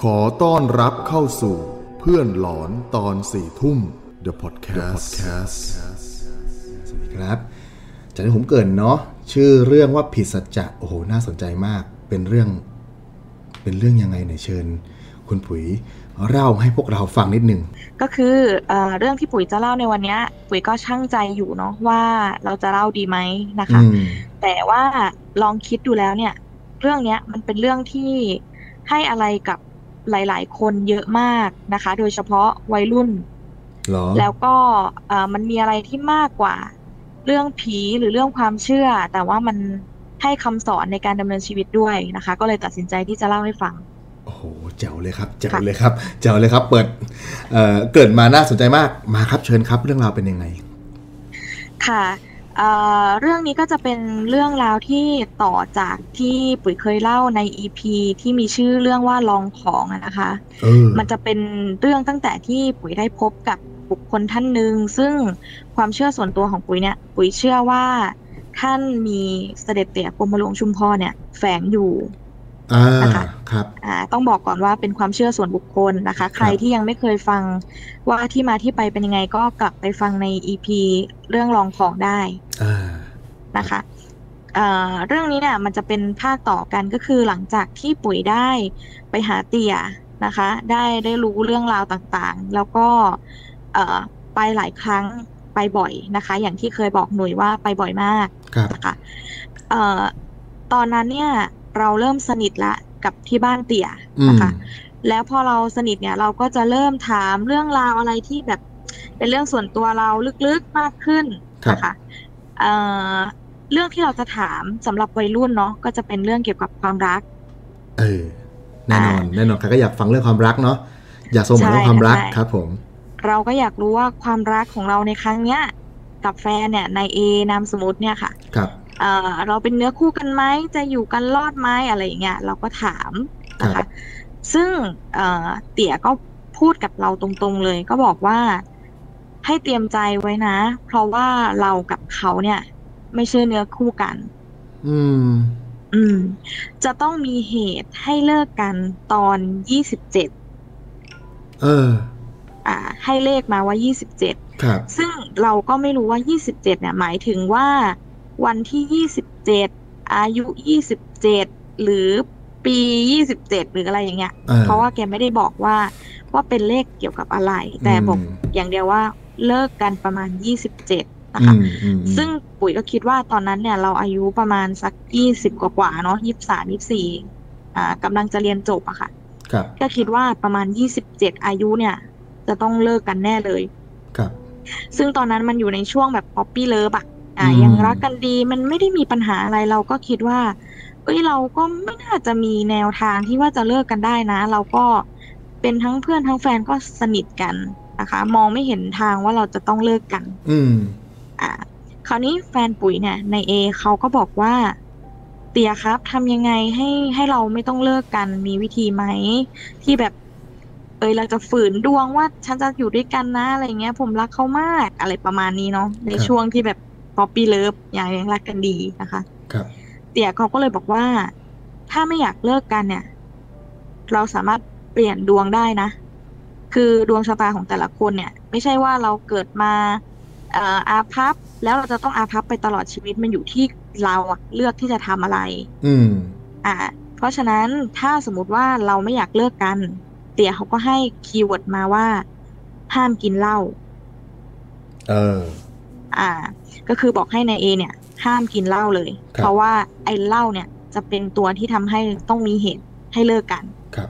ขอต้อนรับเข้าสู่เพื่อนหลอนตอนสี่ทุ่ม The Podcast สวัสดีครับ จากที่ผมเกรินเนาะชื่อเรื่องว่าผิดสัจจะโอ้โหน่าสนใจมาก เป็นเรื่อง เป็นเรื่องยังไงเนี่ยเชิญ คุณปุ๋ยเล่าให้พวกเราฟังนิดนึง ก็คือเออเรื่องที่ปุ๋ยจะเล่าในวันเนี้ย ปุ๋ยก็ช่างใจอยู่เนาะว่าเราจะเล่าดีไหมนะคะ อืม แต่ว่าลองคิดดูแล้วเนี่ย เรื่องเนี้ยมันเป็นเรื่องที่ให้อะไรกับหลาย ๆ คนเยอะมากนะคะ โดยเฉพาะวัยรุ่น เหรอ แล้วก็เอ่อมันมีอะไรที่มากกว่า เรื่องผีหรือเรื่องความเชื่อ แต่ว่ามันให้คำสอนในการดำเนินชีวิตด้วยนะคะ ก็เลยตัดสินใจที่จะเล่าให้ฟัง โอ้โหเจ๋วเลยครับเจ๋ว ค่ะ เลยครับเจ๋วเลยครับ เปิดเอ่อเกริดมาน่าสนใจมากมาครับเชิญครับ เรื่องราวเป็นยังไง ค่ะเอ่อเรื่องนี้ก็จะเป็นเรื่องราวที่ต่อจากที่ปุ๋ยเคยเล่าใน EP ที่มีชื่อเรื่องว่าลองของอะนะคะ เออ มันจะเป็นเรื่องตั้งแต่ที่ปุ๋ยได้พบกับบุคคลท่านหนึ่งซึ่งความเชื่อส่วนตัวของปุ๋ยเนี่ยปุ๋ยเชื่อว่าท่านมีเสด็จเตี่ยกรมหลวงชุมพรเนี่ยแฝงอยู่ อ่า นะคะ ครับ อ่าต้องบอกก่อนว่าเป็นความเชื่อส่วนบุคคลนะคะ ใครที่ยังไม่เคยฟังว่าที่มาที่ไปเป็นยังไงก็กลับไปฟังใน EP เรื่องลองของได้ อ่า นะคะเอ่อเรื่องนี้เนี่ยมันจะเป็นภาคต่อกันก็คือหลังจากที่ปุ๋ยได้ไปหาเตี่ยนะคะ ได้ได้รู้เรื่องราวต่างๆ แล้วก็เอ่อไปหลายครั้งไปบ่อยนะคะ อย่างที่เคยบอกหนุ่ยว่าไปบ่อยมาก ครับ นะคะเอ่อตอนนั้นเนี่ยเราเริ่มสนิทละกับที่บ้านเตี่ย อืม นะคะ แล้วพอเราสนิทเนี่ยเราก็จะเริ่มถามเรื่องราวอะไรที่แบบเป็นเรื่องส่วนตัวเราลึกๆมากขึ้นนะคะเอ่อเรื่องที่เราจะถามสำหรับวัยรุ่นเนาะก็จะเป็นเรื่องเกี่ยวกับความรัก เออแน่นอนแน่นอนใครก็อยากฟังเรื่องความรักเนาะอยากสมหวังเรื่องความรัก ใช่ ครับผม เราก็อยากรู้ว่าความรักของเราในครั้งเนี้ยกับแฟนเนี่ยนายเอนามสมมติเนี่ยค่ะ ครับ เอ่อเราเป็นเนื้อคู่กันไหมจะอยู่กันรอดไหมอะไรอย่างเงี้ยเราก็ถามนะ ครั คะ บ ซึ่งเอ่อเตี่ยก็พูดกับเราตรงๆเลย ก็บอกว่าให้เตรียมใจไว้นะ เพราะว่าเรากับเขาเนี่ย ไม่ใช่เนื้อคู่กัน อืม อืม จะต้องมีเหตุให้เลิกกันตอนยี่สิบเจ็ด เออ อ่า ให้เลขมาว่ายี่สิบเจ็ด ครับ ซึ่งเราก็ไม่รู้ว่า 27 เนี่ยหมายถึงว่าวันที่ 27 อายุ 27 หรือปี 27 หรืออะไรอย่างเงี้ย อ่ เพราะว่าแกไม่ได้บอกว่าว่าเป็นเลขเกี่ยวกับอะไร แต่บอก ม อย่างเดียวว่าเลิกกันประมาณ 27 นะ อื คะ มอืมอืม ซึ่งปุ๋ยก็คิดว่าตอนนั้นเนี่ยเราอายุประมาณสัก 20 กว่ากว่าๆเนาะ23 24 อ่ากำลังจะเรียนจบอะค่ะ ครับ ก็คิดว่าประมาณ 27 อายุเนี่ย จะต้องเลิกกันแน่เลย ครับ ซึ่งตอนนั้นมันอยู่ในช่วงแบบป๊อปปี้เลิฟอะอ่ะ อืม ยังรักกันดีมันไม่ได้มีปัญหาอะไรเราก็คิดว่าเอ้ยเราก็ไม่น่าจะมีแนวทางที่ว่าจะเลิกกันได้นะ เราก็เป็นทั้งเพื่อนทั้งแฟนก็สนิทกันนะคะ มองไม่เห็นทางว่าเราจะต้องเลิกกัน อืม อ่า คราวนี้แฟนปุ๋ยเนี่ยในเอเขาก็บอกว่า เตียครับทำยังไงให้ให้เราไม่ต้องเลิกกันมีวิธีไหม ที่แบบ เอยเราจะฝืนดวงว่าฉันจะอยู่ด้วยกันนะอะไรเงี้ย ผมรักเขามากอะไรประมาณนี้เนาะใน ครับ ช่วงที่แบบป๊อปปี้เลิฟอย่างยังรักกันดีนะคะ ครับ เตี่ยเขาก็เลยบอกว่า ถ้าไม่อยากเลิกกันเนี่ย เราสามารถเปลี่ยนดวงได้นะ คือดวงชะตาของแต่ละคนเนี่ย ไม่ใช่ว่าเราเกิดมาเอ่ออาภัพแล้วเราจะต้องอาภัพไปตลอดชีวิตมันอยู่ที่เราอะเลือกที่จะทำอะไร อืม อ่า เพราะฉะนั้นถ้าสมมติว่าเราไม่อยากเลิกกัน เตี่ยเขาก็ให้คีย์เวิร์ดมาว่าห้ามกินเหล้า เออ อ่า ก็คือบอกให้นายเอเนี่ย ห้ามกินเหล้าเลย ครับ เพราะว่าไอ้เหล้าเนี่ยจะเป็นตัวที่ทำให้ต้องมีเหตุให้เลิกกัน ครับ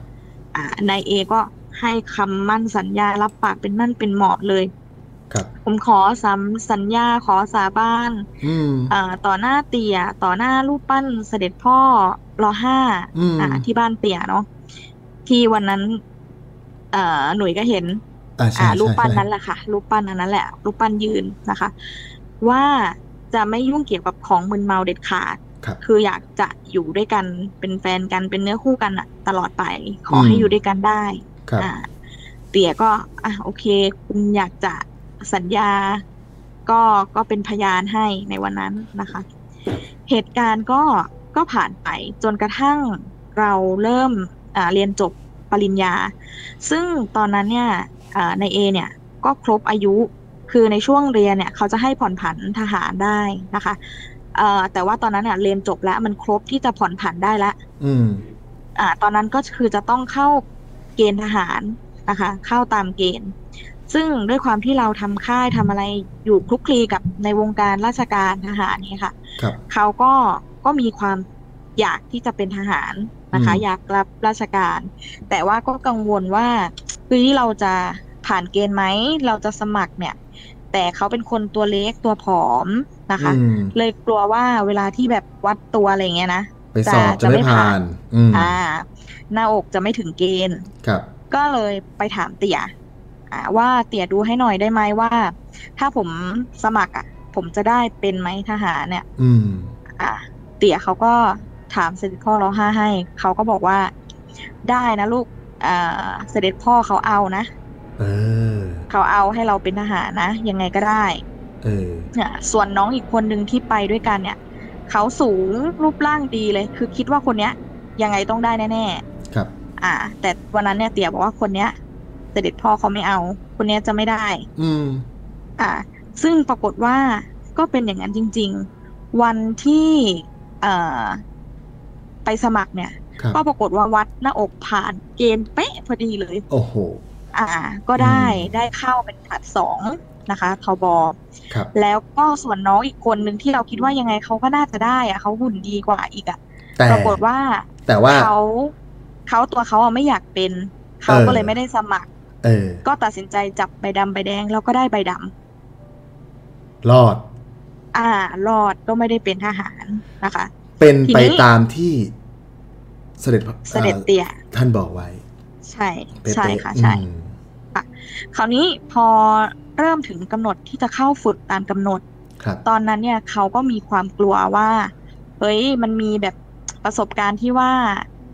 อ่านายเอก็ให้คำมั่นสัญญารับปากเป็นมั่นเป็นเหมาะเลย ครับ ผมขอสำสัญญาขอสาบาน อืม เอ่อต่อหน้าเตี่ยต่อหน้ารูปปั้นเสด็จพ่อรอห้า อืม อ่าที่บ้านเตี่ยเนาะที่วันนั้น เอ่อหนุ่ยก็เห็น อ่าใช่ อ่า ใช่ รูปปั้นนั้น ใช่ แหละค่ะ รูปปั้นอันนั้นแหละ รูปปั้นยืนนะคะ ว่าจะไม่ยุ่งเกี่ยวกับของมึนเมาเด็ดขาด ครับ คืออยากจะอยู่ด้วยกันเป็นแฟนกันเป็นเนื้อคู่กันอะตลอดไป ขอให้ อืม อยู่ด้วยกันได้ ครับ อ่าเตี๋ยก็อ่ะโอเค คุณอยากจะสัญญา ก็ก็เป็นพยานให้ในวันนั้นนะคะ เหตุการณ์ก็ก็ผ่านไปจนกระทั่งเราเริ่มอ่าเรียนจบ ปริญญา ซึ่งตอนนั้นเนี่ยเอ่อในเอเนี่ยก็ครบอายุคือในช่วงเรียนเนี่ยเขาจะให้ผ่อนผันทหารได้นะคะเอ่อแต่ว่าตอนนั้นเนี่ยเรียนจบแล้วมันครบที่จะผ่อนผันได้แล้ว อืม อ่าตอนนั้นก็คือจะต้องเข้าเกณฑ์ทหารนะคะ เข้าตามเกณฑ์ ซึ่งด้วยความที่เราทำค่ายทำอะไรอยู่คลุกคลีกับในวงการราชการทหารเนี่ยค่ะ ครับ เขาก็ก็มีความอยากที่จะเป็นทหารนะคะ อืม อยากรับราชการ แต่ว่าก็กังวลว่าคือที่เราจะผ่านเกณฑ์ไหมเราจะสมัครเนี่ย แต่เขาเป็นคนตัวเล็กตัวผอมนะคะ อืม เลยกลัวว่าเวลาที่แบบวัดตัวอะไรอย่างเงี้ยนะ ไปสอบจะไม่ผ่าน อืม อ่า หน้าอกจะไม่ถึงเกณฑ์ ครับ ก็เลยไปถามเตี่ยอ่าว่าเตี่ยดูให้หน่อยได้ไหมว่า ถ้าผมสมัครอ่ะ ผมจะได้เป็นไหมทหารเนี่ย อืม อ่า เตี่ยเขาก็ถามเสด็จพ่อร้องไห้ให้เขาก็บอกว่าได้นะลูกอ่าเสด็จพ่อเขาเอานะ เออ เขาเอาให้เราเป็นทหารนะยังไงก็ได้ เออ เนี่ยส่วนน้องอีกคนหนึ่งที่ไปด้วยกันเนี่ยเขาสูงรูปร่างดีเลย คือคิดว่าคนเนี้ย ยังไงต้องได้แน่ๆ ครับ อ่า แต่วันนั้นเนี่ยเตี๋ยบอกว่าคนเนี้ยเสด็จพ่อเขาไม่เอา คนเนี้ยจะไม่ได้ อืม อ่า ซึ่งปรากฏว่าก็เป็นอย่างนั้นจริง ๆ วันที่เอ่อไปสมัครเนี่ย ครับ ก็ปรากฏว่าวัดหน้าอกผ่านเกณฑ์เป๊ะพอดีเลย โอ้โห อ่า ก็ได้ อืม ได้เข้าเป็นผลัดสองนะคะทบ ครับ แล้วก็ส่วนน้องอีกคนหนึ่งที่เราคิดว่ายังไงเขาก็น่าจะได้อะเขาหุ่นดีกว่าอีกอะ แต่ ปรากฏว่า แต่ว่า เขาเขาตัวเขาอะไม่อยากเป็น เขาก็เลยไม่ได้สมัคร เออ ก็ตัดสินใจจับใบดำใบแดงแล้วก็ได้ใบดำ รอด อ่ารอดก็ไม่ได้เป็นทหารนะคะ เป็นไป ทีนี้ ตามที่เสด็จพระ เสด็จ อ่อ เตี่ย ท่านบอกไว้ ใช่ เป๊ะๆ ใช่ค่ะ อืม ใช่ คราวนี้พอเริ่มถึงกำหนดที่จะเข้าฝึกตามกำหนด ครับ ตอนนั้นเนี่ยเขาก็มีความกลัวว่าเฮ้ยมันมีแบบประสบการณ์ที่ว่า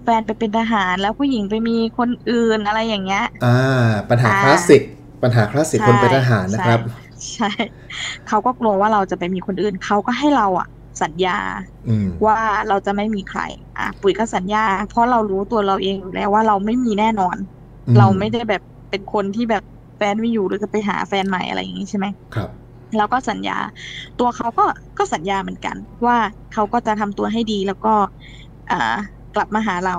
แฟนไปเป็นทหารแล้วผู้หญิงไปมีคนอื่นอะไรอย่างเงี้ย อ่า ปัญหา อ่า คลาสสิก ปัญหาคลาสสิก ใช่ คนเป็นทหารนะครับ ใช่ ใช่ เขาก็กลัวว่าเราจะไปมีคนอื่น เขาก็ให้เราอะสัญญา อืม ว่าเราจะไม่มีใคร อ่ะปุ๋ยก็สัญญา เพราะเรารู้ตัวเราเองอยู่แล้วว่าเราไม่มีแน่นอน อื เราไม่ได้แบบเป็นคนที่แบบแฟนไม่อยู่หรือจะไปหาแฟนใหม่อะไรอย่างนี้ใช่ไหม ครับ เราก็สัญญา ตัวเขาก็ก็สัญญาเหมือนกัน ว่าเขาก็จะทำตัวให้ดีแล้วก็อ่ากลับมาหาเรา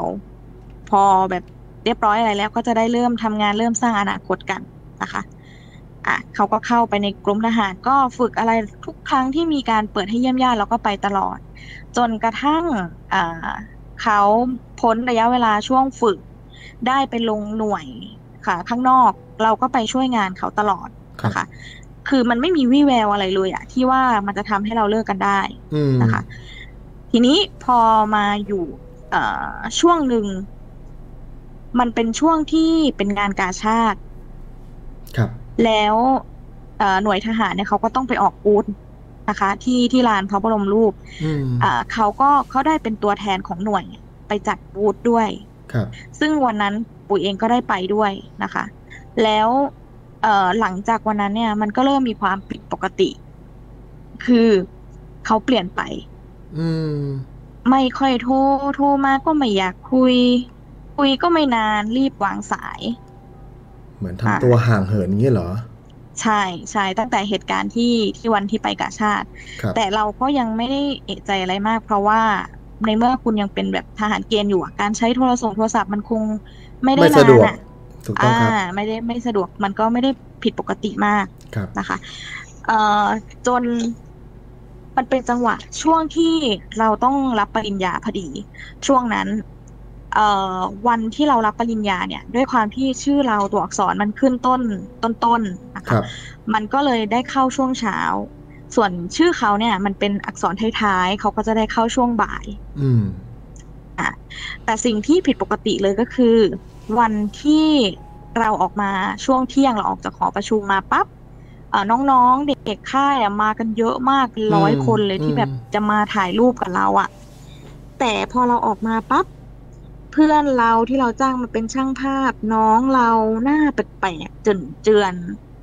พอแบบเรียบร้อยอะไรแล้ว ก็จะได้เริ่มทำงานเริ่มสร้างอนาคตกันนะคะอ่ะเขาก็เข้าไปในกรมทหารก็ฝึกอะไรทุกครั้งที่มีการเปิดให้เยี่ยมญาติเราก็ไปตลอด จนกระทั่งอ่าเขาพ้นระยะเวลาช่วงฝึก ได้ไปลงหน่วยค่ะ ข้างนอกเราก็ไปช่วยงานเขาตลอดนะ ครั คะ บ คือมันไม่มีวี่แววอะไรเลยอะที่ว่ามันจะทำให้เราเลิกกันได้ อืม นะคะทีนี้พอมาอยู่เอ่อช่วงหนึ่ง มันเป็นช่วงที่เป็นงานกาชาติ ครับ แล้วเอ่อหน่วยทหารเนี่ยเขาก็ต้องไปออกบูธนะคะ ที่ที่ลานพระบรมรูป อืม อ่าเขาก็เขาได้เป็นตัวแทนของหน่วยไปจัดบูธด้วย ครับ ซึ่งวันนั้นปุ๋ยเองก็ได้ไปด้วยนะคะ แล้วเอ่อหลังจากวันนั้นเนี่ยมันก็เริ่มมีความผิดปกติ คือเขาเปลี่ยนไป อืม ไม่ค่อยโทรโทรมาก็ไม่อยากคุย คุยก็ไม่นานรีบวางสาย เหมือน อ่า ทำตัวห่างเหินอย่างนี้เหรอ ใช่ใช่ตั้งแต่เหตุการณ์ที่ที่วันที่ไปกาชาติ ครับ แต่เราก็ยังไม่ได้เอะใจอะไรมาก เพราะว่าในเมื่อคุณยังเป็นแบบทหารเกณฑ์อยู่อะการใช้โทรศัพท์โทรศัพท์มันคงไม่ได้ ไม่ นาน สะดวก อะ ถูกต้องครับ ไม่ได้ไม่สะดวกมันก็ไม่ได้ผิดปกติมาก ครับ นะคะเอ่อจนมันเป็นจังหวะช่วงที่เราต้องรับปริญญาพอดี ช่วงนั้นเอ่อวันที่เรารับปริญญาเนี่ย ด้วยความที่ชื่อเราตัวอักษรมันขึ้นต้นต้นๆนะ ครั คะ บ มันก็เลยได้เข้าช่วงเช้า ส่วนชื่อเขาเนี่ยมันเป็นอักษรท้ายๆเขาก็จะได้เข้าช่วงบ่าย อืม แต่สิ่งที่ผิดปกติเลยก็คือ วันที่เราออกมาช่วงเที่ยงเราออกจากหอประชุมมาปั๊บเอ่อน้องๆเด็กๆค่ายอะมากันเยอะมากร้อย อืม คนเลยที่ อืม แบบจะมาถ่ายรูปกับเราอะแต่พอเราออกมาปั๊บเพื่อนเราที่เราจ้างมาเป็นช่างภาพ น้องเราหน้าแปลกๆเจือน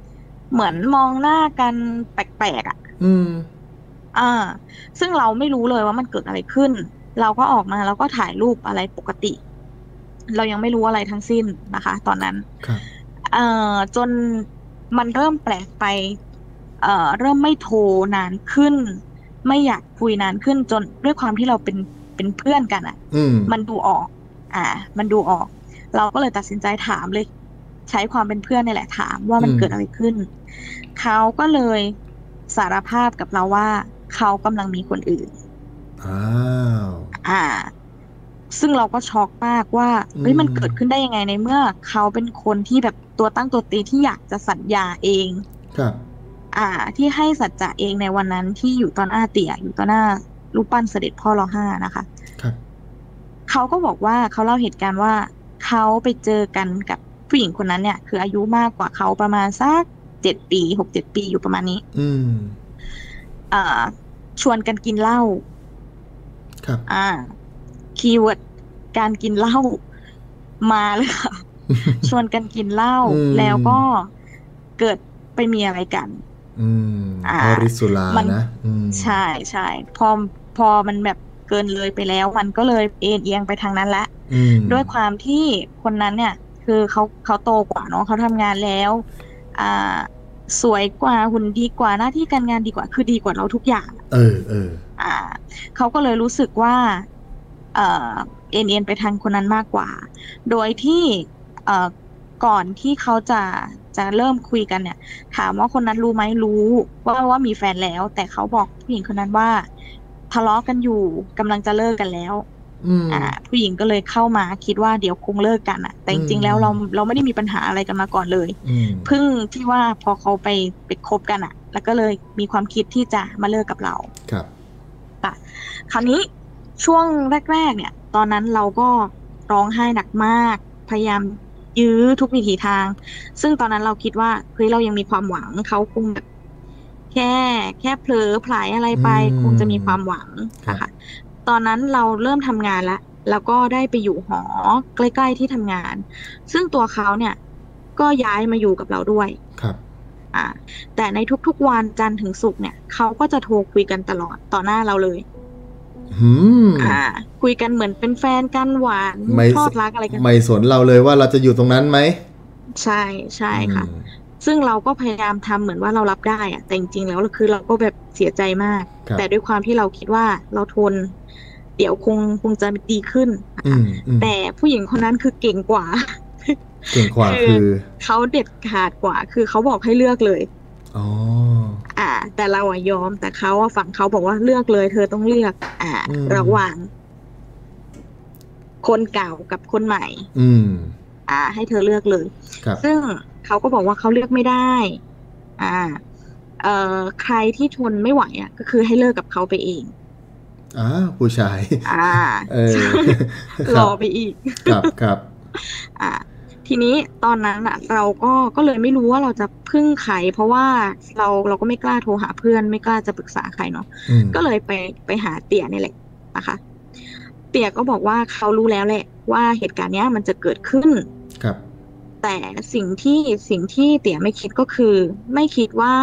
ๆเหมือนมองหน้ากันแปลกๆอะ อืม อ่า ซึ่งเราไม่รู้เลยว่ามันเกิดอะไรขึ้น เราก็ออกมาแล้วก็ถ่ายรูปอะไรปกติ เรายังไม่รู้อะไรทั้งสิ้นนะคะ ตอนนั้น ครับ เอ่อจนมันเริ่มแปลกไป เอ่อเริ่มไม่โทรนานขึ้น ไม่อยากคุยนานขึ้นจนด้วยความที่เราเป็นเป็นเพื่อนกันอะ่ะ อืม มันดูออก อ่า มันดูออก เราก็เลยตัดสินใจถามเลย ใช้ความเป็นเพื่อนนี่แหละถามว่ามันเกิดอะไรขึ้น เขาก็เลยสารภาพกับเราว่าเขากำลังมีคนอื่น อ้าว อ่า ซึ่งเราก็ช็อกมากว่าเฮ้ยมันเกิดขึ้นได้ยังไงในเมื่อ เขาเป็นคนที่แบบตัวตั้งตัวตีที่อยากจะสัญญาเอง ครับ อ่า ที่ให้สัจจะเองในวันนั้นที่อยู่ตอนอาเตียอยู่ตอนหน้ารูปปั้นเสด็จพ่อรอห้านะคะ ครับ เขาก็บอกว่าเขาเล่าเหตุการณ์ว่า เขาไปเจอกันกับผู้หญิงคนนั้นเนี่ย คืออายุมากกว่าเขาประมาณสักเจ็ดปีหกเจ็ดปีอยู่ประมาณนี้ อืม อ่า ชวนกันกินเหล้า ครับ อ่า คีย์เวิร์ดการกินเหล้ามาเลยค่ะ ชวนกันกินเหล้า อืม แล้วก็เกิดไปมีอะไรกัน อืม อ่า พอริสุลา มัน นะอืม ใช่ใช่พอพอมันแบบเกินเลยไปแล้ว มันก็เลยเอ็นเอียงไปทางนั้นละ อืม ด้วยความที่คนนั้นเนี่ย คือเขาเขาโตกว่าเนาะเขาทำงานแล้ว อ่า สวยกว่าหุ่นดีกว่าหน้าที่การงานดีกว่า คือดีกว่าเราทุกอย่าง เออเออ อ่าเขาก็เลยรู้สึกว่า เออเอ็นเอ็นไปทางคนนั้นมากกว่า โดยที่เอ่อก่อนที่เขาจะจะเริ่มคุยกันเนี่ย ถามว่าคนนั้นรู้ไหมรู้ว่าว่ามีแฟนแล้ว แต่เขาบอกผู้หญิงคนนั้นว่า ทะเลาะกันอยู่กำลังจะเลิกกันแล้ว อืม อ่า ผู้หญิงก็เลยเข้ามาคิดว่าเดี๋ยวคงเลิกกันอ่ะ แต่จริงๆแล้วเราเราไม่ได้มีปัญหาอะไรกันมาก่อนเลย อืม เพิ่งที่ว่าพอเขาไปไปคบกันอ่ะ แล้วก็เลยมีความคิดที่จะมาเลิกกับเรา ครับ คราวนี้ช่วงแรก ๆ เนี่ย ตอนนั้นเราก็ร้องไห้หนักมาก พยายามยื้อทุกวิถีทาง ซึ่งตอนนั้นเราคิดว่าเฮ้ยเรายังมีความหวังเขาคงแบบแค่แค่เผลอไผลายอะไรไป คงจะมีความหวังนะคะตอนนั้นเราเริ่มทำงานแล้วแล้วก็ได้ไปอยู่หอใกล้ ๆ ที่ทำงาน ซึ่งตัวเขาเนี่ย ก็ย้ายมาอยู่กับเราด้วย ครับ อ่า แต่ในทุกๆวันจันทร์ถึงศุกร์เนี่ยเขาก็จะโทรคุยกันตลอดต่อหน้าเราเลย อืม อ่า คุยกันเหมือนเป็นแฟนกันหวาน ไม่ ชอบรักอะไรกัน ไม่สนเราเลยว่าเราจะอยู่ตรงนั้นไหม ใช่ใช่ค่ะ อืม ซึ่งเราก็พยายามทำเหมือนว่าเรารับได้อะแต่จริงๆแล้วคือเราก็แบบเสียใจมาก ครับ แต่ด้วยความที่เราคิดว่าเราทน เดี๋ยวคงคงจะดีขึ้น อืมอืม แต่ผู้หญิงคนนั้นคือเก่งกว่า เก่งกว่า คื คือ อ เขาเด็ดขาดกว่า คือเขาบอกให้เลือกเลย อ๋อ อ่า แต่เราอะยอม แต่เขาอะฝั่งเขาบอกว่าเลือกเลย เธอต้องเลือก อ่า ระหว่าง คนเก่ากับคนใหม่ อืม อ่า ให้เธอเลือกเลย ครับ ซึ่งเขาก็บอกว่าเขาเลือกไม่ได้ อ่า เอ่อ ใครที่ทนไม่ไหวอ่ะ ก็คือให้เลิกกับเขาไปเอง อ้าวผู้ชาย อ่า เออ ค ร รั อบ ไปอีก ครับครับ อ่า ทีนี้ตอนนั้นอ่ะ เราก็ก็เลยไม่รู้ว่าเราจะพึ่งใครเพราะว่าเราเราก็ไม่กล้าโทรหาเพื่อนไม่กล้าจะปรึกษาใครเนาะ อืม ก็เลยไปไปหาเตี่ยนี่แหละนะคะ เตี่ยก็บอกว่าเขารู้แล้วแหละ ว่าเหตุการณ์เนี้ยมันจะเกิดขึ้น ครับ แต่สิ่งที่สิ่งที่เตี๋ยไม่คิดก็คือ ไม่คิดว่า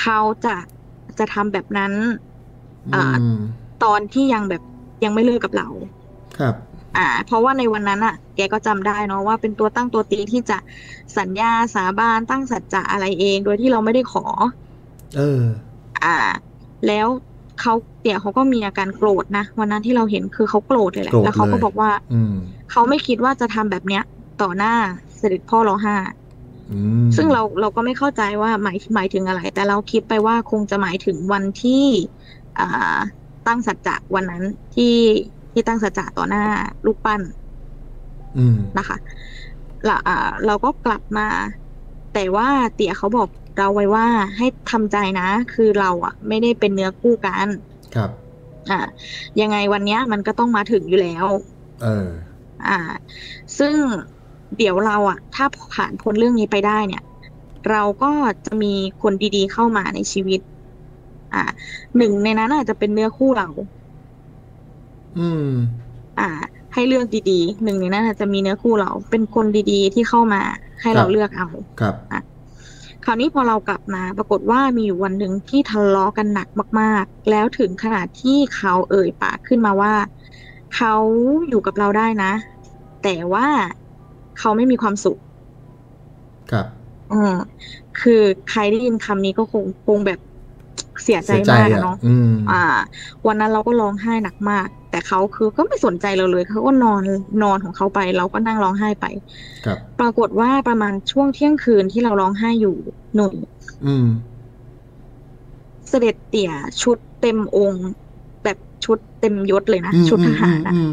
เขาจะจะทำแบบนั้น อ่า อืม ตอนที่ยังแบบยังไม่เลิกกับเรา ครับ อ่า เพราะว่าในวันนั้นอ่ะ แกก็จำได้เนาะว่าเป็นตัวตั้งตัวตีที่จะสัญญาสาบานตั้งสัจจะอะไรเอง โดยที่เราไม่ได้ขอ เออ อ่า แล้วเขาเตี่ยเขาก็มีอาการโกรธนะวันนั้นที่เราเห็นคือเขาโกรธเลยแหละ โกรธ แล้วเขาก็ เลย บอกว่า อืม เขาไม่คิดว่าจะทำแบบเนี้ย ต่อหน้าเสด็จพ่อรอห้า อืม ซึ่งเราเราก็ไม่เข้าใจว่าหมายหมายถึงอะไร แต่เราคิดไปว่าคงจะหมายถึงวันที่อ่าตั้งสัจจะวันนั้นที่ที่ตั้งสัจจะต่อหน้าลูกปั้น อืม นะคะเราอ่าเราก็กลับมา แต่ว่าเตี๋ยเขาบอกเราไว้ว่าให้ทำใจนะ คือเราอ่ะ ไม่ได้เป็นเนื้อคู่กัน ครับ อ่ายังไงวันเนี้ยมันก็ต้องมาถึงอยู่แล้ว เออ อ่า ซึ่งเดี๋ยวเราอะถ้าผ่านพ้นเรื่องนี้ไปได้เนี่ย เราก็จะมีคนดีๆเข้ามาในชีวิต อ่า หนึ่งในนั้นอาจจะเป็นเนื้อคู่เรา อืม อ่า ให้เลือกดีๆหนึ่งในนั้นอาจจะมีเนื้อคู่เรา เป็นคนดีๆที่เข้ามา ให้เราเลือกเอา ครับ คราวนี้พอเรากลับมาปรากฏว่ามีอยู่วันหนึ่งที่ทะเลาะกันหนักมาก ๆ แล้วถึงขนาดที่เขาเอ่ยปากขึ้นมาว่า เขาอยู่กับเราได้นะ แต่ว่าเขาไม่มีความสุข ครับ อืมคือใครได้ยินคำนี้ก็คงคงแบบเสียใจ เสียใจ มาก อ่ะ อะเนาะ อืม อ่า วันนั้นเราก็ร้องไห้หนักมาก แต่เขาคือก็ไม่สนใจเราเลยเขาก็นอนนอนของเขาไป เราก็นั่งร้องไห้ไป ครับ ปรากฏว่าประมาณช่วงเที่ยงคืนที่เราร้องไห้อยู่หนุ่ย อืม เสด็จเตี่ยชุดเต็มองค์ แบบชุดเต็มยศเลยนะ อืม ชุดทหารนะ อืม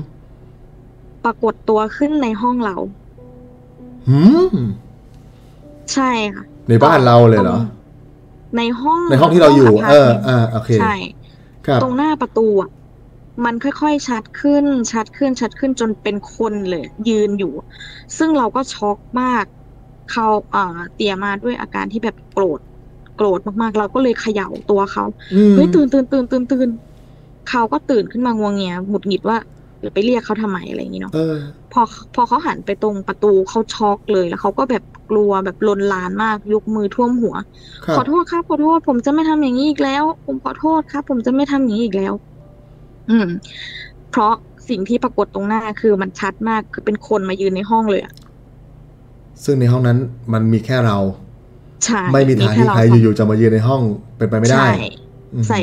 ปรากฏตัวขึ้นในห้องเรา อืมหืม ใช่ค่ะ ในบ้านเราเลยเหรอ ในห้อง ในห้องที่เราอยู่ พ เอ ร์อตมนต์ เออโอเค ใช่ ครับ ตรงหน้าประตูอ่ะมันค่อยๆชัดขึ้น ชัดขึ้นชัดขึ้นจนเป็นคนเลย ยืนอยู่ ซึ่งเราก็ช็อกมาก เขาเอ่อเตียมาด้วยอาการที่แบบโกรธ โกรธมากๆ เราก็เลยเขย่าตัวเขา อืม เฮ้ยตื่นตื่นตื่นตื่นตื่นเขาก็ตื่นขึ้นมางวงเงียหงุดหงิดว่าเดี๋ยวไปเรียกเขาทำไมอะไรอย่างนี้เนาะ เออ พอพอเขาหันไปตรงประตูเขาช็อกเลยแล้วเขาก็แบบกลัวแบบลนลานมากยกมือท่วมหัว ครับ ขอโทษครับขอโทษ ผมจะไม่ทำอย่างนี้อีกแล้ว ผมขอโทษครับ ผมจะไม่ทำอย่างนี้อีกแล้ว อืม เพราะสิ่งที่ปรากฏตรงหน้าคือมันชัดมากคือเป็นคนมายืนในห้องเลยอะ ซึ่งในห้องนั้นมันมีแค่เรา ใช่ ไม่มีทาง แค่ ที่ เ ใครอยู่ๆจะมายืนในห้องเป็นไปไม่ได้ ใช่ อื้อหือ ใส่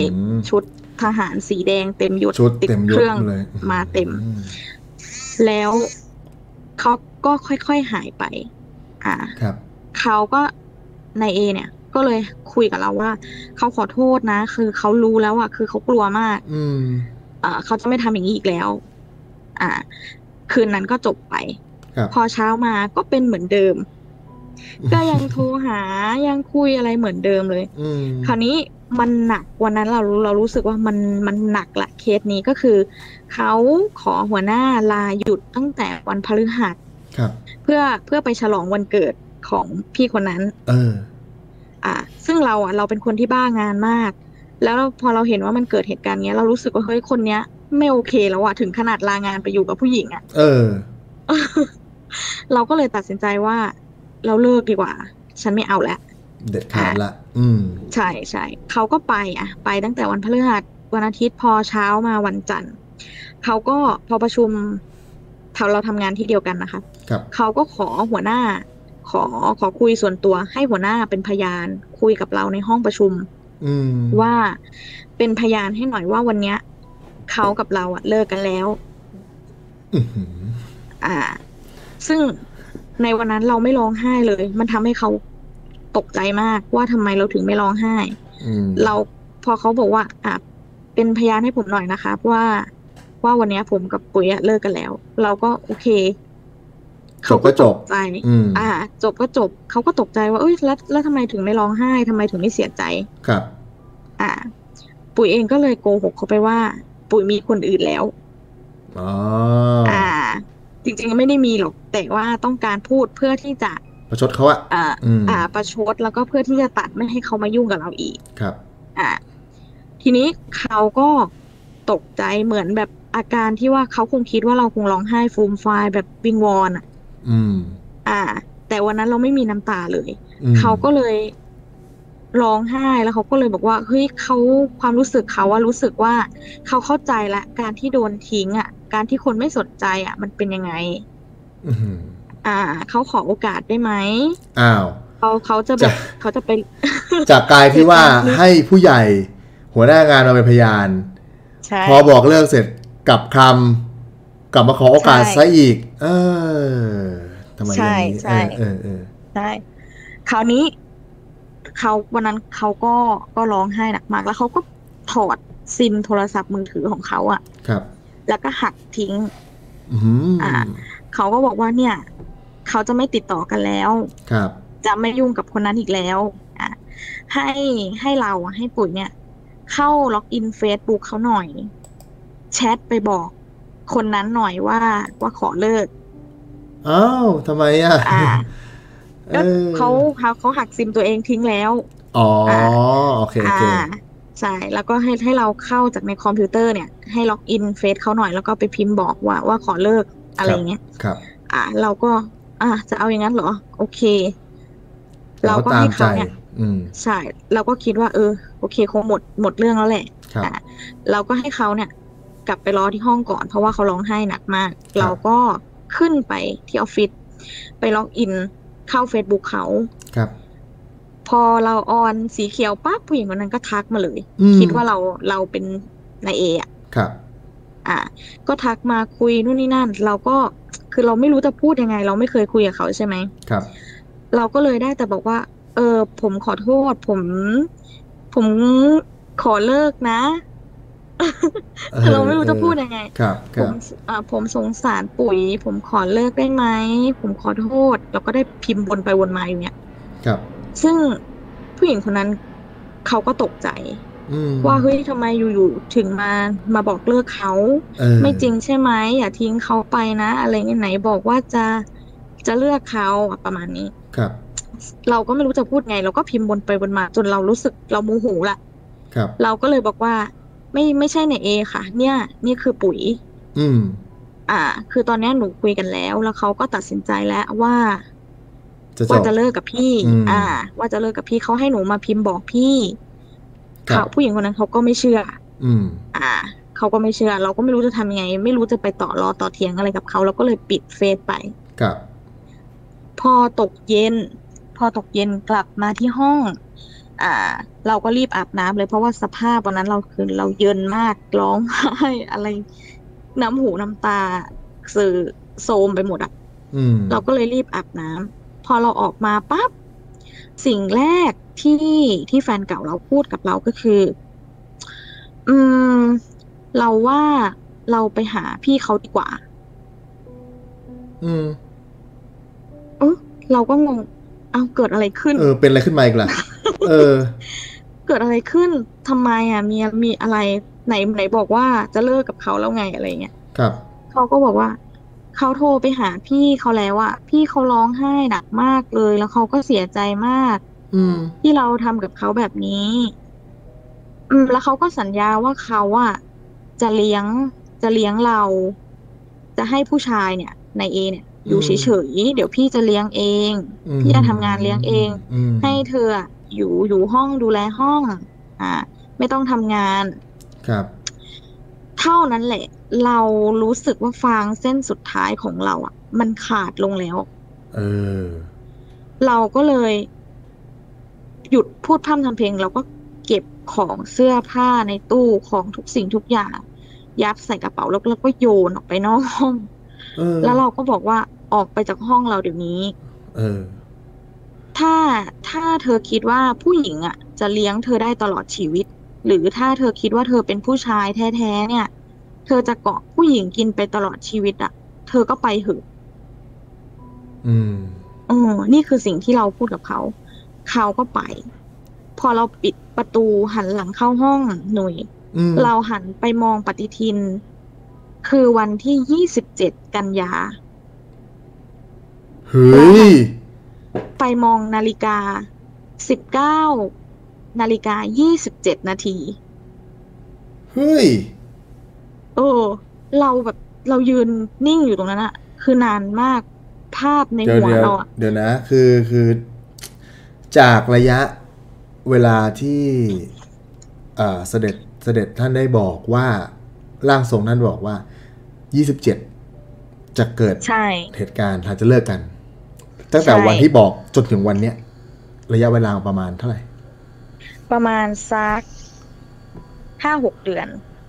ชุดทหารสีแดงเต็มยศ ชุด ติด เต็มย เค ศ รื่อง เลย มาเต็ม อื แล้วเขาก็ค่อยๆหายไป อ่า ครับ เขาก็ในเอเนี่ย ก็เลยคุยกับเราว่าเขาขอโทษนะ คือเขารู้แล้วอะคือเขากลัวมาก อืม เอ่อเขาจะไม่ทำอย่างนี้อีกแล้ว อ่า คืนนั้นก็จบไป ครับ พอเช้ามาก็เป็นเหมือนเดิ ม ก็ยังโทรหา ยังคุยอะไรเหมือนเดิมเลย อืม คราวนี้มันหนักวันนั้นเรารู้เรารู้สึกว่ามันมันหนักละเคสนี้ก็คือ เขาขอหัวหน้าลาหยุดตั้งแต่วันพฤหัส ครับ เพื่อเพื่อไปฉลองวันเกิดของพี่คนนั้น เออ อ่า ซึ่งเราอ่ะเราเป็นคนที่บ้างานมาก แล้วเราพอเราเห็นว่ามันเกิดเหตุการณ์เนี้ย เรารู้สึกว่าเฮ้ยคนเนี้ย ไม่โอเคแล้วอ่ะถึงขนาดลางานไปอยู่กับผู้หญิงอ่ะ เออ เราก็เลยตัดสินใจว่า เราเลิกดีกว่า ฉันไม่เอาแล้ว เด็ดขาดละ อืม ใช่ใช่เขาก็ไปอ่ะ ไปตั้งแต่วันพฤหัสวันอาทิตย์พอเช้ามาวันจันทร์เขาก็พอประชุมเราเราทำงานที่เดียวกันนะคะ ครับ เขาก็ขอหัวหน้า ขอขอคุยส่วนตัวให้หัวหน้าเป็นพยาน คุยกับเราในห้องประชุม อืม ว่าเป็นพยานให้หน่อยว่าวันเนี้ยเขากับเราอะเลิกกันแล้ว อื้อหือ อ่า ซึ่งในวันนั้นเราไม่ร้องไห้เลย มันทำให้เขาตกใจมากว่าทำไมเราถึงไม่ร้องไห้ อืม เราพอเขาบอกว่า อ่ะเป็นพยานให้ผมหน่อยนะครับว่าว่าวันเนี้ยผมกับปุ๋ยอะเลิกกันแล้ว เราก็โอเค จบก็จบ ตใจ อืม อ่า จบก็จบเขาก็ตกใจว่าเอ้ยแล้วแล้วทำไมถึงไม่ร้องไห้ทำไมถึงไม่เสียใจ ครับ อ่า ปุ๋ยเองก็เลยโกหกเขาไปว่า ปุ๋ยมีคนอื่นแล้ว อ๋ออ อ่า จริงๆไม่ได้มีหรอกแต่ว่าต้องการพูดเพื่อที่จะ ประชดเขาอะ อ่า อืม อ่า ประชดแล้วก็เพื่อที่จะตัดไม่ให้เขามายุ่งกับเราอีก ครับ อ่า ทีนี้เขาก็ตกใจเหมือนแบบอาการที่ว่าเขาคงคิดว่าเราคงร้องไห้ฟูมฟายแบบวิงวอนอ่ะ อืม อ่า แต่วันนั้นเราไม่มีน้ำตาเลย อืม เขาก็เลยร้องไห้แล้วเขาก็เลยบอกว่าเฮ้ยเขาความรู้สึกเขาว่ารู้สึกว่าเขาเข้าใจละการที่โดนทิ้งอ่ะ การที่คนไม่สนใจอ่ะ มันเป็นยังไง อื้อหือ อ่าเขาขอโอกาสได้ไหม อ้าว เขาเขาจะแบบ จ้ ะ เขาจะไป จากกายที่ว่า คือ ให้ผู้ใหญ่ หัวหน้างานมาเป็นพยาน ใช่ พอบอกเลิกเสร็จกลับคำกลับมาขอโอกาส ใช่ ซะอีก เออทำไมอย่างนี้ ใช่ เออเออ ใช่คราวนี้เขาวันนั้นเขาก็ก็ร้องไห้หนักมาก แล้วเขาก็ถอดซิมโทรศัพท์มือถือของเขาอ่ะ เออครับ แล้วก็หักทิ้ง อือหือ อ่า เขาก็บอกว่าเนี่ย เขาจะไม่ติดต่อกันแล้ว ครับ จะไม่ยุ่งกับคนนั้นอีกแล้ว อ่ะ ให้ให้เราอ่ะให้ปุ๋ยเนี่ย เข้าล็อกอินเฟซบุ๊กเขาหน่อย แชทไปบอก คนนั้นหน่อยว่าว่าขอเลิก อ้าวทำไมอ่ะ อ่า อ ก็ อ เขาเขาเขาหักซิมตัวเองทิ้งแล้ว อ๋อโอเคโอ อ่า เค ใช่ แล้วก็ให้ให้เราเข้าจากในคอมพิวเตอร์เนี่ย ให้ล็อกอินเฟซเขาหน่อย แล้วก็ไปพิมพ์บอกว่าว่าขอเลิกอะไรอย่างเงี้ย ครับ อ่า เราก็ อ่า จะเอาอย่างนั้นเหรอ โอเค เรา เรา ก็ ตาม ให้ ใจ เขาเนี่ย อืม ใช่ เราก็คิดว่า เออ โอเค คงหมดหมดเรื่องแล้วแหละ ครับ อ่ะเราก็ให้เขาเนี่ย กลับไปรอที่ห้องก่อน เพราะว่าเขาร้องไห้หนักมาก เราก็ ขึ้นไปที่ออฟฟิศไปล็อกอินเข้า Facebook เขา ครับ พอเราออนสีเขียวปั๊บผู้หญิงคนนั้นก็ทักมาเลย อืม คิดว่าเราเราเป็นนายเออะ ครับ อ่ะก็ทักมาคุยนู่นนี่นั่น เราก็คือเราไม่รู้จะพูดยังไง เราไม่เคยคุยกับเขาใช่ไหม ครับ เราก็เลยได้แต่บอกว่า เออ ผมขอโทษ ผม ผมขอเลิกนะ ออ เราไม่รู้จะพูดยังไง ครับค ผ รั ม บ เอ่อผมสงสารปุ๋ย ผมขอเลิกได้ไหม ผมขอโทษ แล้วก็ได้พิมพ์วนไปวนมาอยู่เนี่ย ครับ ซึ่งผู้หญิงคนนั้นเขาก็ตกใจ อืม ว่าเฮ้ยทำไมอยู่ๆถึงมามาบอกเลิกเขา เออ ไม่จริงใช่ไหมอย่าทิ้งเขาไปนะ อะไรเงี้ยไหนบอกว่าจะจะเลือกเขาอะประมาณนี้ ครับ เราก็ไม่รู้จะพูดไง เราก็พิมพ์วนไปวนมา จนเรารู้สึกเราโมโหละ ครับ เราก็เลยบอกว่าไม่ไม่ใช่ในเอค่ะ เนี่ยนี่คือปุ๋ย อืม อ่า คือตอนเนี้ยหนูคุยกันแล้ว แล้วเขาก็ตัดสินใจแล้วว่า จะจ ว่า บ จะเลิกกับพี่ อืม อ่า ว่าจะเลิกกับพี่เขาให้หนูมาพิมพ์บอกพี่ ครั เขา บ ผู้หญิงคนนั้นเขาก็ไม่เชื่อ อืม อ่าเขาก็ไม่เชื่อ เราก็ไม่รู้จะทำยังไง ไม่รู้จะไปต่อรอต่อเถียงอะไรกับเขาเราก็เลยปิดเฟซไป ครับ พอตกเย็น พอตกเย็นกลับมาที่ห้อง อ่า เราก็รีบอาบน้ำเลยเพราะว่าสภาพวันนั้นเราคือเราเยินมากร้องไห้ อะไรน้ำหูน้ำตาสื่อโซมไปหมดอะ อืม เราก็เลยรีบอาบน้ำพอเราออกมาปั๊บสิ่งแรกที่ที่แฟนเก่าเราพูดกับเราก็คือ อืม เราว่าเราไปหาพี่เขาดีกว่า อืม เราก็งงเอาเกิดอะไรขึ้น เออ เป็นอะไรขึ้นมาอีกล่ะ เออ เกิดอะไรขึ้น ทำไมอ่ะ มีมีอะไรไหนไหนบอกว่าจะเลิกกับเขาแล้วไงอะไรเงี้ย ครับ เขาก็บอกว่า เขาโทรไปหาพี่เขาแล้วอ่ะ พี่เขาร้องไห้หนักมากเลย แล้วเขาก็เสียใจมาก อืม ที่เราทำกับเขาแบบนี้ อืม แล้วเขาก็สัญญาว่าเขาอ่ะจะเลี้ยงจะเลี้ยงเรา จะให้ผู้ชายเนี่ยในเอเนี่ย อยู่ อืม เฉยๆเดี๋ยวพี่จะเลี้ยงเอง อืม พี่จะทำงานเลี้ยงเอง ม ให้เธออะอยู่อยู่ห้องดูแลห้อง อ่า ไม่ต้องทำงาน ครับ เท่านั้นแหละ เรารู้สึกว่าฟางเส้นสุดท้ายของเราอ่ะ มันขาดลงแล้ว เออ เราก็เลย หยุดพูดพร่ำทำเพลง เราก็เก็บของเสื้อผ้าในตู้ของทุกสิ่งทุกอย่าง ยัดใส่กระเป๋าแล้วแล้วก็โยนออกไปนอกห้อง เออ แล้วเราก็บอกว่าออกไปจากห้องเราเดี๋ยวนี้ เออ ถ้าถ้าเธอคิดว่าผู้หญิงอ่ะ จะเลี้ยงเธอได้ตลอดชีวิต หรือถ้าเธอคิดว่าเธอเป็นผู้ชายแท้ๆเนี่ย เธอจะเกาะผู้หญิงกินไปตลอดชีวิตอ่ะ เธอก็ไปเถอะ อืม เออนี่คือสิ่งที่เราพูดกับเขา เขาก็ไป พอเราปิดประตูหันหลังเข้าห้องหน่ย อืม เราหันไปมองปฏิทิน คือวันที่ยี่สิบเจ็ดกันยา เฮ้ย ไปมองนาฬิกาสิบเก้านาฬิกายี่สิบเจ็ดนาที เฮ้ย เออ เราแบบเรายืนนิ่งอยู่ตรงนั้นอะคือนานมากภาพใน เดี๋ยว หัว เดี๋ยว เราอะ เดี๋ยวนะ คือคือ จากระยะเวลาที่เอ่อเสด็จเสด็จท่านได้บอกว่าร่างทรงท่านบอกว่า 27 จะเกิด ใช่ เหตุการณ์ท่านจะเลิกกัน ตั้งแต่ ใช่ วันที่บอกจนถึงวันเนี้ยระยะเวลาประมาณเท่าไหร่ ประมาณสักห้าหกเดือน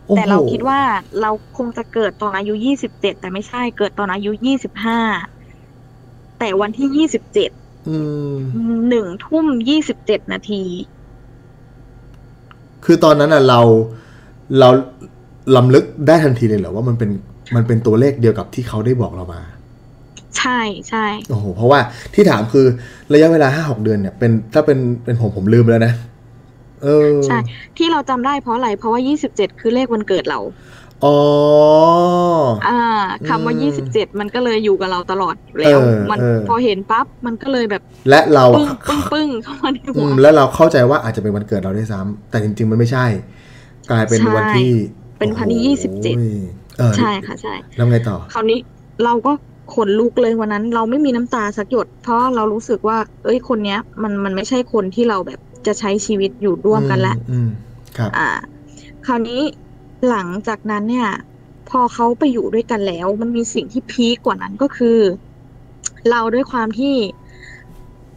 โอ้โห แต่เราคิดว่าเราคงจะเกิดตอนอายุยี่สิบเจ็ดแต่ไม่ใช่เกิดตอนอายุยี่สิบห้าแต่วันที่ยี่สิบเจ็ด อืม หนึ่งทุ่มยี่สิบเจ็ดนาที คือตอนนั้นอ่ะเราเราลำลึกได้ทันทีเลยเหรอว่ามันเป็นมันเป็นตัวเลขเดียวกับที่เขาได้บอกเรามา ใช่ใช่ โอ้โห เพราะว่าที่ถามคือระยะเวลาห้าหกเดือนเนี่ยเป็นถ้าเป็นเป็นผมผมลืมไปแล้วนะ เออ ใช่ ที่เราจำได้เพราะอะไร เพราะว่ายี่สิบเจ็ดคือเลขวันเกิดเรา อ๋อ อ่าคำว่า อื ยี่ ม สิบเจ็ดมันก็เลยอยู่กับเราตลอดอยู่แล้ว เออ มัน เออ พอเห็นปั๊บมันก็เลยแบบ และเรา ปึ้ อะ งปึ้งปึ้งเข้ามาใน อื หัว มแล้วเราเข้าใจว่าอาจจะเป็นวันเกิดเราด้วยซ้ำแต่จริง ๆ มันไม่ใช่ กลายเป็นวันที่ ใช่เป็นวันที่ โอ้โห 27 เออ ใช่ค่ะใช่ แล้วไงต่อ คราวนี้เราก็ขนลุกเลยวันนั้น เราไม่มีน้ำตาสักหยด เพราะเรารู้สึกว่า เอ้ยคนเนี้ย มันมันไม่ใช่คนที่เราแบบจะใช้ชีวิตอยู่ร่วมกันแล้ว อืมอืมครับ อ่า คราวนี้หลังจากนั้นเนี่ย พอเขาไปอยู่ด้วยกันแล้ว มันมีสิ่งที่พีกกว่านั้นก็คือ เราด้วยความที่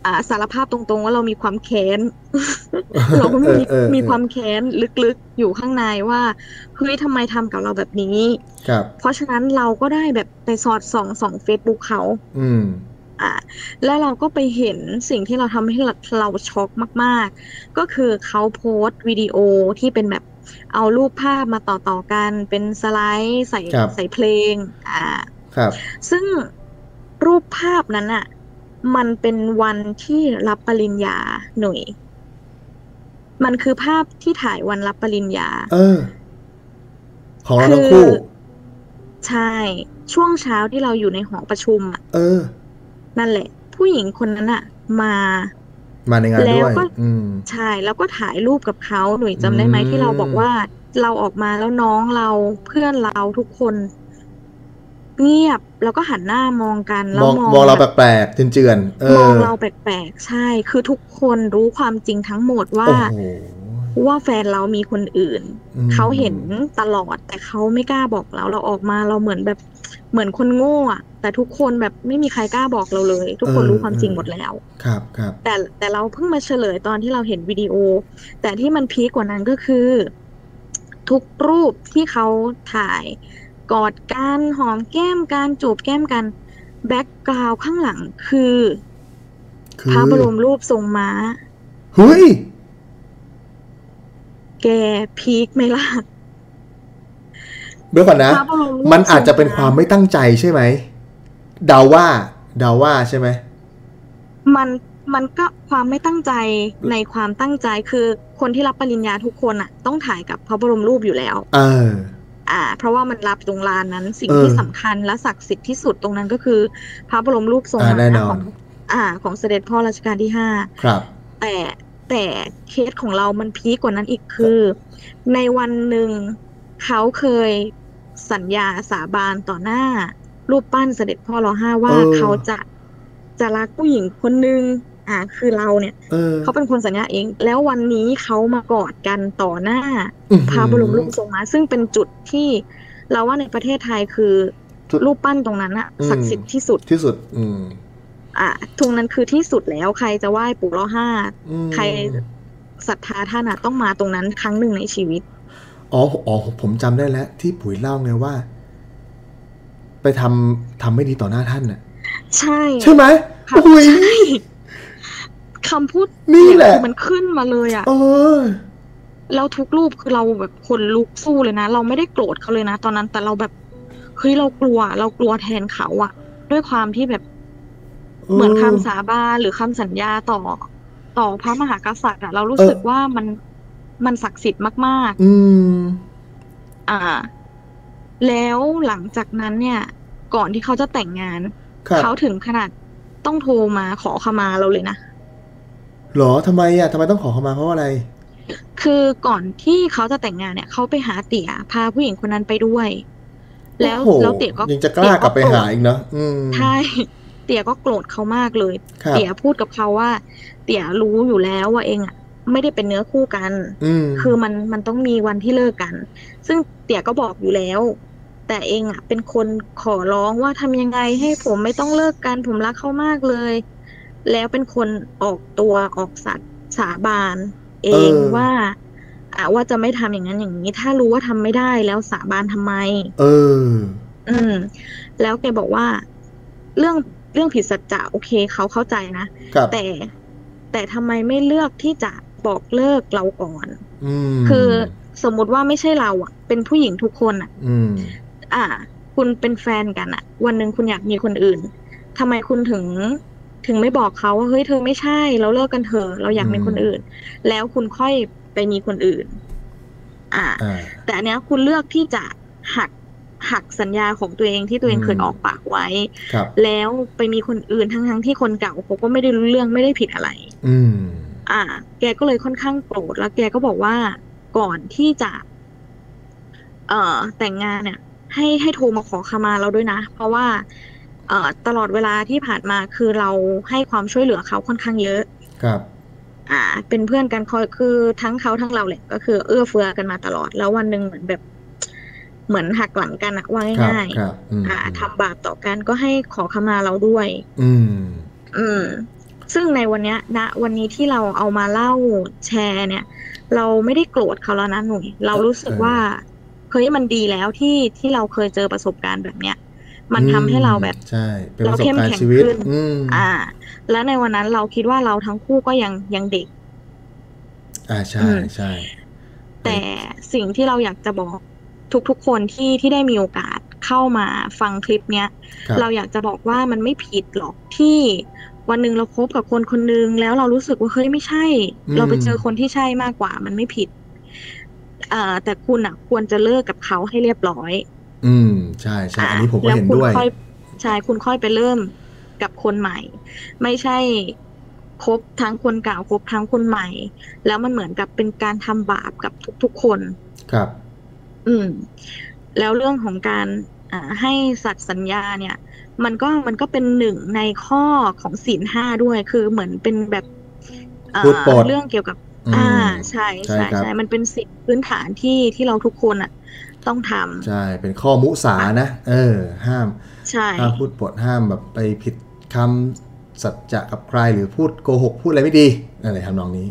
อ่าสารภาพตรงๆ ว่าเรามีความแค้น เราก็มี เออเออเออ มีความแค้นลึกๆอยู่ข้างในว่าเฮ้ยทำไมทำกับเราแบบนี้ ครับ เพราะฉะนั้นเราก็ได้แบบไปสอดส่องส่องเฟซบุ๊กเขา อืม อ่ะแล้วเราก็ไปเห็นสิ่งที่เราทำให้เราเราช็อกมากๆ ก็คือเขาโพสต์วิดีโอที่เป็นแบบเอารูปภาพมาต่อต่อๆกันเป็นสไลด์ใส่ ครับ ใส่เพลงอ่า ครับ ซึ่งรูปภาพนั้นอ่ะมันเป็นวันที่รับปริญญาหน่วย มันคือภาพที่ถ่ายวันรับปริญญา เออ ของเราทั้งคู่ คือ ใช่ช่วงเช้าที่เราอยู่ในหอประชุมอ่ะ เออ นั่นแหละ ผู้หญิงคนนั้นอ่ะมา มาในงาน แล้ว ด้วย ก็ อืม ใช่แล้วก็ถ่ายรูปกับเขาหนุ่ยจำได้ไหม อืม ที่เราบอกว่าเราออกมาแล้วน้องเราเพื่อนเราทุกคน เงียบแล้วก็หันหน้ามองกัน แล้ ม ว อง มอง มองเรา แบบ แปลกๆเจือนๆเอ มอ อง เราแปลกๆใช่ คือทุกคนรู้ความจริงทั้งหมดว่า โอ้โห ว่าแฟนเรามีคนอื่น อืม เขาเห็นตลอด แต่เขาไม่กล้าบอกเราเราออกมาเราเหมือนแบบเหมือนคนโง่อะแต่ทุกคนแบบไม่มีใครกล้าบอกเราเลย ทุกคนรู้ความจริงหมดแล้ว ครับครับ แต่แต่เราเพิ่งมาเฉลยตอนที่เราเห็นวิดีโอ แต่ที่มันพีคกว่านั้นก็คือ ทุกรูปที่เขาถ่ายกอดกันหอมแก้มกันจูบแก้มกันแบ็กกราวข้างหลังคือ คือ พระบรมรูปทรงม้า เฮ้ย แกพีคไหมล่ะ เดี๋ยวก่อนนะ พระบรมรูป มันอาจจะเป็น ทรง ความไม่ตั้งใจใช่ไหม เดาว่า เดาว่าใช่ไหม มันมันก็ความไม่ตั้งใจในความตั้งใจคือคนที่รับปริญญาทุกคนอ่ะ ต้องถ่ายกับพระบรมรูปอยู่แล้ว เออ อ่า เพราะว่ามันรับตรงลานนั้นสิ่ง เออ ที่สำคัญและศักดิ์สิทธิ์ที่สุดตรงนั้นก็คือ พระบรมรูปทรง อ่าแน่นอ ข น องอ่า ของเสด็จพ่อรัชกาลที่ห้า ครับ แต่แต่เคสของเรามันพีกกว่านั้นอีกคือ ในวันหนึ่งเขาเคยสัญญาสาบานต่อหน้า รูปปั้นเสด็จพ่อรอห้าว่า เออ เขาจะจะรักผู้หญิงคนหนึ่งอ่า คือเราเนี่ย เออ เขาเป็นคนสัญญาเอง แล้ววันนี้เขามากอดกันต่อหน้า อื้อหือ พระบรมรูปทรงม้าซึ่งเป็นจุดที่เราว่าในประเทศไทยคือ จุด รูปปั้นตรงนั้นอะ อืม ศักดิ์สิทธิ์ที่สุด ที่สุด อืม อ่ะตรงนั้นคือที่สุดแล้วใครจะไหว้ปู่เล่อห้า อืม ใครศรัทธาท่านอะต้องมาตรงนั้นครั้งหนึ่งในชีวิต อ๋ออ๋อ ผมจำได้แล้ว ที่ปุ๋ยเล่าไงว่า ไปทำทำไม่ดีต่อหน้าท่านน่ะ ใช่ ใช่ไหม ค่ะ โอ้ย ใช่คำพูด นี่แหละ คือมันขึ้นมาเลยอะ เออ แล้วทุกรูปคือเราแบบคนลุกสู้เลยนะ เราไม่ได้โกรธเขาเลยนะ ตอนนั้นแต่เราแบบเฮ้ยเรากลัว เรากลัวแทนเขาอะด้วยความที่แบบ เหมือนคำสาบานหรือคำสัญญาต่อต่อพระมหากษัตริย์อะเรารู้สึก เออ ว่ามันมันศักดิ์สิทธิ์มาก อืม ๆ อ่า แล้วหลังจากนั้นเนี่ย ก่อนที่เขาจะแต่งงาน ครับ เขาถึงขนาดต้องโทรมาขอขมาเราเลยนะ เหรอทำไมอ่ะทำไมต้องขอเข้ามาเพราะอะไร คือก่อนที่เขาจะแต่งงานเนี่ยเขาไปหาเตี๋ยพาผู้หญิงคนนั้นไปด้วย แล้ว โอ้โห แล้วเตี๋ยก็ ยังจะกล้ากลับไปหาอีกเนาะอืม ใช่เตี๋ยก็โกรธเขามากเลย ครับ เตี๋ยพูดกับเขาว่า เตี๋ยรู้อยู่แล้วว่าเองอ่ะ ไม่ได้เป็นเนื้อคู่กัน อืม คือมันมันต้องมีวันที่เลิกกัน ซึ่งเตี๋ยก็บอกอยู่แล้ว แต่เองอ่ะ เป็นคนขอร้องว่าทำยังไงให้ผมไม่ต้องเลิกกัน ผมรักเขามากเลย แล้วเป็นคนออกตัวออกสัตย์สาบานเองว่าอ่ะว่าจะไม่ทำอย่างนั้นอย่างนี้ ถ้ารู้ว่าทำไม่ได้แล้วสาบานทำไม เออ อืม แล้วแกบอกว่า เรื่องเรื่องผิดสัจจะโอเคเขาเข้าใจนะ ครับ แต่แต่ทำไมไม่เลือกที่จะบอกเลิกเราก่อน อืม คือสมมุติว่าไม่ใช่เราอ่ะ เป็นผู้หญิงทุกคนอ่ะ อืม อ่า คุณเป็นแฟนกันอ่ะ วันหนึ่งคุณอยากมีคนอื่นทำไมคุณถึงถึงไม่บอกเขาว่าเฮ้ยเธอไม่ใช่ เราเลิกกันเถอะเราอยากมี อืม คนอื่น แล้วคุณค่อยไปมีคนอื่น อ่า อ่า แต่อันเนี้ยคุณเลือกที่จะหักหักสัญญาของตัวเองที่ตัวเอง อืม เคยออกปากไว้ ครับ แล้วไปมีคนอื่นทั้งทั้งที่คนเก่าเขาก็ไม่ได้รู้เรื่องไม่ได้ผิดอะไร อืม อ่า แกก็เลยค่อนข้างโกรธแล้วแกก็บอกว่าก่อนที่จะ เอ่อ แต่งงานเนี่ย ให้ให้โทรมาขอขมาเราด้วยนะ เพราะว่า เอ่อ ตลอดเวลาที่ผ่านมาคือเราให้ความช่วยเหลือเขาค่อนข้างเยอะ ครับ อ่า เป็นเพื่อนกันคอยคือทั้งเขาทั้งเราแหละก็คือเอื้อเฟื้อกันมาตลอด แล้ววันหนึ่งเหมือนแบบ เหมือนหักหลังกันอะว่า ครับ ง่าย ครับอืม ๆอ่าทำบาปต่อกันก็ให้ขอขมาเราด้วย อืม อืม ซึ่งในวันเนี้ยณวันนี้ที่เราเอามาเล่าแชร์เนี่ย เราไม่ได้โกรธเขาแล้วนะหนุ่ยเรารู้สึก เออ ว่าเฮ้ยมันดีแล้วที่ที่เราเคยเจอประสบการณ์แบบเนี้ย มันทำให้เราแบบ ใช่เป็นป เรา ระสบ เข้ม การ แข็ ณ์ ง ชีวิต ขึ้น อืม อ่า แล้วในวันนั้นเราคิดว่าเราทั้งคู่ก็ยังยังเด็ก อ่าใช่ อืม ใช่ แต่สิ่งที่เราอยากจะบอกทุกๆคนที่ที่ได้มีโอกาสเข้ามาฟังคลิปเนี้ย ครับ เราอยากจะบอกว่ามันไม่ผิดหรอกที่วันหนึ่งเราคบกับคนคนหนึ่งแล้วเรารู้สึกว่าเฮ้ยไม่ใช่ อืม เราไปเจอคนที่ใช่มากกว่า มันไม่ผิดอ่าแต่คุณอ่ะ ควรจะเลิกกับเขาให้เรียบร้อย อืมใช่ใช่อันนี้ผมก็ แล้ว เห็น คุณ ด้วย ค่อยใช่คุณค่อยไปเริ่มกับคนใหม่ ไม่ใช่คบทั้งคนเก่าคบทั้งคนใหม่ แล้วมันเหมือนกับเป็นการทำบาปกับทุกๆคน ครับ อืม แล้วเรื่องของการอ่าให้สัตย์สัญญาเนี่ย มันก็มันก็เป็นหนึ่งในข้อของศีลห้าด้วยคือเหมือนเป็นแบบอ่า พูดปลด เรื่องเกี่ยวกับ อื อ่าม ใช่ ใช่ ใช่ ครับ ใช่มันเป็นสิ่งพื้นฐานที่ที่เราทุกคนอ่ะ ต้องท ใช่เป็นข้อมุสานะ เออ ห้าม ำใช่ ห้ามพูดปดห้ามแบบไปผิดคำสัจจะกับใครหรือพูดโกหกพูดอะไรไม่ดีอะไรทำนองนี้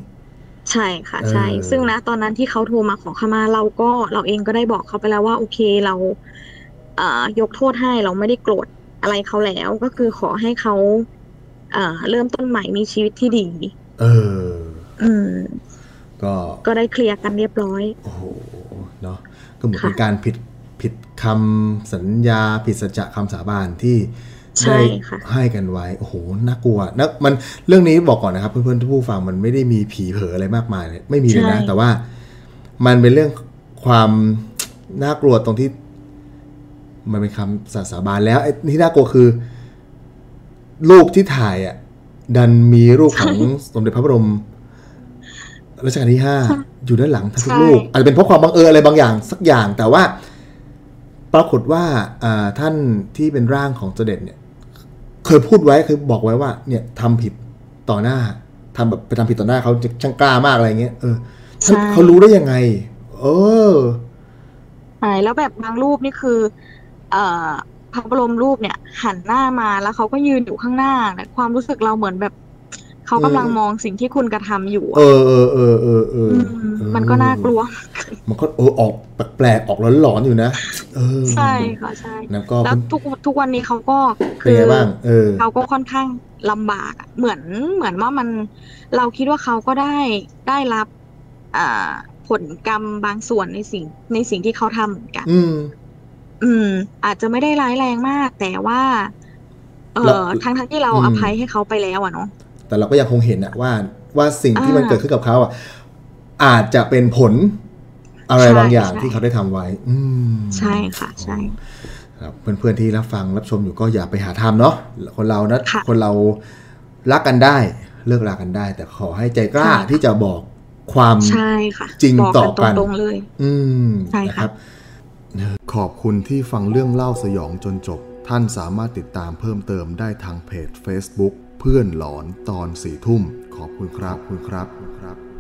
ใช่ค่ะ เออ ใช่ ซึ่งนะตอนนั้นที่เขาโทรมาขอขมาเราก็เราเองก็ได้บอกเขาไปแล้วว่า โอเคเราเอ่อยกโทษให้เราไม่ได้โกรธอะไรเขาแล้ว ก็คือขอให้เขาเอ่อเริ่มต้นใหม่มีชีวิตที่ดี เออ อืม ก็ ก็ได้เคลียร์กันเรียบร้อย โอ้โหเนาะก็เหมือน ค่ะ เป็นการผิดผิดคำสัญญาผิดสัจจะคำสาบานที่ ใช่ ได้ ค่ะ ให้กันไว้โอ้โหน่ากลัวนะมันเรื่องนี้บอกก่อนนะครับ เพื่อนๆทุกผู้ฟังมันไม่ได้มีผีเผลออะไรมากมายเลยไม่มีเลยนะ แต่ว่ามันเป็นเรื่องความน่ากลัวตรงที่ มันเป็นคำสาสาบานแล้วไอ้ที่น่ากลัวคือ รูปที่ถ่ายอ่ะ ดันมีรูปของ สมเด็จพระบรมรัชกาลที่ห้าอยู่ด้านหลังทุก ใช่ รูปอาจจะเป็นเพราะความบังเอิญอะไรบางอย่างสักอย่างแต่ว่า ปรากฏว่าอ่าท่านที่เป็นร่างของเสด็จเนี่ย เคยพูดไว้เคยบอกไว้ว่า เนี่ยทำผิดต่อหน้าทำแบบไปทำผิดต่อหน้าเขาจะช่างกล้ามากอะไรเงี้ยเออท่าน ใช่ เขารู้ได้ยังไง เออ ใช่แล้วแบบบางรูปนี่คือ เอ่อพระบรมรูปเนี่ย หันหน้ามาแล้วเขาก็ยืนอยู่ข้างหน้าและความรู้สึกเราเหมือนแบบ เขากำลัง เออ มองสิ่งที่คุณกระทำอยู่ เอ อะ อเออเออเออเออ ม เออ มันก็น่ากลัว มันก็เออออกแปลกๆออกหลอนๆอยู่นะ เออ ใช่ค่ะใช่ แล้วก็ แล้วทุกทุกวันนี้เขาก็ เป็นไงบ้าง เออ เขาก็ค่อนข้างลำบากอะเหมือนเหมือนว่ามันเราคิดว่าเขาก็ได้ได้รับอ่าผลกรรมบางส่วนในสิ่งในสิ่งที่เขาทำเหมือนกัน อืม อืม อาจจะไม่ได้ร้ายแรงมาก แต่ว่า เอ เรา อทั้งทั้งที่เรา อืม อภัยให้เขาไปแล้วอะเนาะ แต่เราก็ยังคงเห็นอะว่าว่าสิ่งที่ อ่ามั มันเกิดขึ้นกับเขาอะอาจจะเป็นผลอะไร ใช่ บางอย่าง ใช่ ที่เขาได้ทำไว้ อืม ใช่ค่ะ ใช่ ครับเพื่อนๆที่รับฟังรับชมอยู่ก็อย่าไปหาทำเนาะคนเรานะ ค่ะ คนเรารักกันได้ เลิกรากันได้ แต่ขอให้ใจกล้าที่จะบอกความ ใช่ค่ะ จริง บอก ต่อ กัน กัน ตรงๆเลย อืม ใช่ค่ะ นะครับ ขอบคุณที่ฟังเรื่องเล่าสยองจนจบ ท่านสามารถติดตามเพิ่มเติมได้ทางเพจ Facebook เพื่อนหลอนตอนสี่ทุ่ม ขอบคุณครับขอบคุณครับ